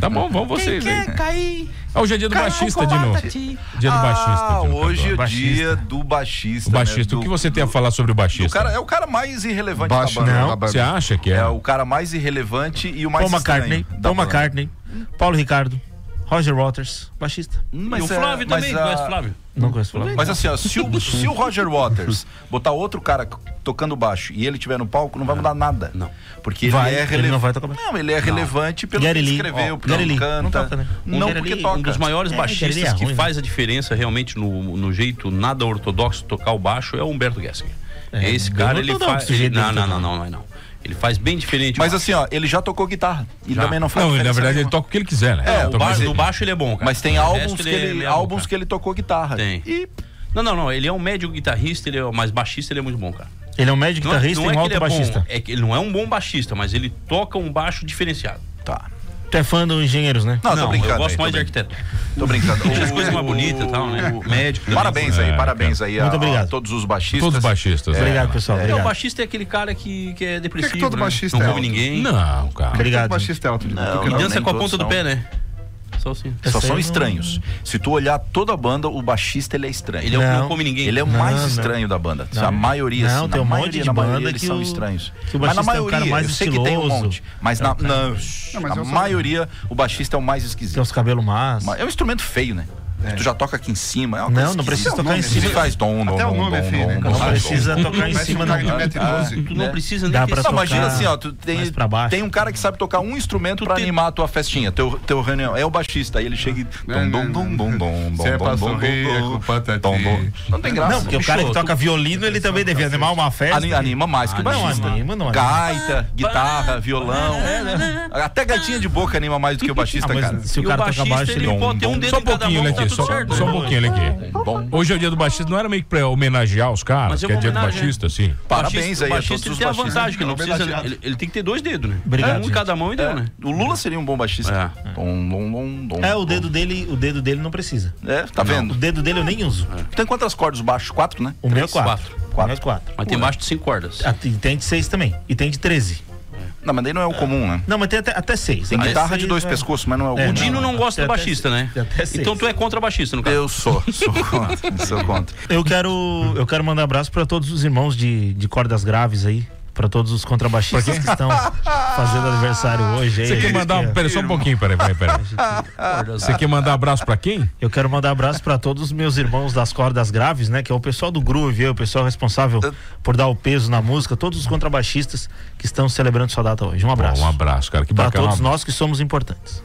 Tá bom, vamos Quem vocês aí. quer cair? Ah, Hoje é dia do Caralho, baixista de novo. combata-te. Dia do baixista. Ah, de novo, hoje é o baixista. dia do baixista. O baixista, né? o que Do- você tem a falar sobre o do baixista? cara, é o cara mais irrelevante Baixo, da banda. não. Não, você acha que é? É o cara mais irrelevante e o mais Paul McCartney, estranho da Paul banda. McCartney, Paulo Ricardo, Roger Waters, baixista. Mas e o é- Flávio mas também, a- conhece o Flávio? Não conheço o Flávio. Mas assim, ó, se o, se o Roger Waters botar outro cara c- tocando baixo e ele tiver no palco, não vai mudar nada. Não. Porque ele Vai, é ele relevante. não vai tocar baixo. ele é relevante pelo Gary que Lee, ele escreveu, ó, pelo Gary que Lee, canta. não toca, né? Não, Gary porque Lee, toca. Um dos maiores É, baixistas Gary Lee é que ruim, faz a diferença realmente no, no jeito nada ortodoxo de tocar o baixo é o Humberto Gessinger. É, Esse bem cara, ele ortodoxo faz. o ele- jeito não, dele não, não, tocar. não, não, não. Ele faz bem diferente. Mas o assim, ó, ele já tocou guitarra e Já. também não faz Não, ele, na diferença verdade ele nenhuma. toca o que ele quiser, né? É, Então, baixo. mas Ba- ele- no baixo ele é bom, cara. Mas tem O álbuns resto que é ele, meia boca. álbuns que ele tocou guitarra. Tem. E Não, não, não. Ele é um médio guitarrista, ele é mais baixista, ele é muito bom, cara. Ele é um médio guitarrista não e um que ele alto É, baixista. bom, é que ele não é um bom baixista, mas ele toca um baixo diferenciado. tá. Tu é fã dos engenheiros, né? Não, tô não, brincando. eu gosto aí, tô mais de brin- arquiteto. Tô brincando. As O- coisas mais bonitas e tal, né? O médico. também. Parabéns aí, É, parabéns aí a, Muito obrigado. a todos os baixistas. Todos os baixistas. né? Obrigado, pessoal. Não, o Obrigado. baixista é aquele cara que, que é depressivo. todo né? baixista Não é ouve alto? ninguém. Não, cara. Todo Obrigado. baixista é alto de Não, não, E não. dança com a nem ponta do todos pé, né? Só assim. Essa aí é Só um são não- estranhos. Se tu olhar toda a banda, o baixista ele é estranho. Ele é o que Não. não come ninguém. Ele é o Não, mais não. estranho da banda. Não. A maioria, Não, assim, tem na um monte maioria, de na maioria banda eles que são o- estranhos. que o mas baixista é na um maioria, cara mais eu sei que tem um estiloso. É monte. Mas na, não, mas a eu sou- maioria, o baixista é o mais esquisito. Tem os cabelos más. Mas É um instrumento feio, né? Tu já toca aqui em cima. É uma Não, coisa não precisa esquisita. tocar em Ele cima. faz dom, dom, Até o dom, nome é dom, feio, dom, né? Não Não dom, dom. precisa tocar em cima, não. ah, Tu não né? precisa nem Dá ter pra Não, esse- tocar imagina assim, ó, tu tem, mais pra baixo. tem um cara que sabe tocar um instrumento pra tem- animar a tua festinha, teu, teu reunião. É o baixista, aí ele chega e. Não, Dom, não, dom, não. dom, dom, dom, Se dom, é pra dom, sorrir, dom, é dom, com patati. dom, dom. Não tem graça. Não, porque o cara que toca violino, ele também devia animar uma festa. Ani- Anima mais que o Ah, Não, baixista. anima, não anima. Gaita, guitarra, violão. Até gatinha de boca anima mais do que o Ah, baixista, cara. mas se E o o cara toca baixista, baixo, ele ele... pode ter um dedo Só um em cada pouquinho ele mão, aqui, tá só, tudo certo, só um né? pouquinho ele aqui. Hoje é o dia do baixista, não era meio que pra homenagear os caras, Mas eu que é dia do homenageio. baixista, assim. Parabéns Baixista- aí a todos baixista, ele os tem a baixistas. É vantagem, que não precisa. Homenageado. Ele, ele tem que ter dois dedos, né? Obrigado, Um em gente. cada mão e deu, né? O Lula seria um bom baixista. Dom, dom, dom, dom, É, o dedo dele, o dedo dele não precisa. É, tá O vendo? dedo dele eu nem uso. Tem quantas cordas baixo? Quatro, né? O meu é Três, 4. O quatro. meu é 4. Mas tem baixo de cinco cordas. E tem de 6 também. E tem de 13. Não, mas daí não é o comum, né? Não, mas tem até 6. Tem guitarra de dois pescoços, mas não é o É, comum. O Dino não gosta Tem do até baixista, né? seis. Tem até seis. Então tu é contra baixista, no caso. Eu sou, sou contra, sou contra. Eu quero, eu quero mandar abraço pra todos os irmãos de, de cordas graves aí. Pra todos os contrabaixistas que estão fazendo aniversário hoje. aí. Você quer mandar. Pera, só um pouquinho, peraí, peraí, peraí. Você quer mandar um abraço pra quem? Eu quero mandar abraço pra todos os meus irmãos das cordas graves, né? Que é o pessoal do Groove, é o pessoal responsável por dar o peso na música, todos os contrabaixistas que estão celebrando sua data hoje. Um Bom, abraço. um abraço, cara. Que Pra bacana. um todos nós que somos importantes.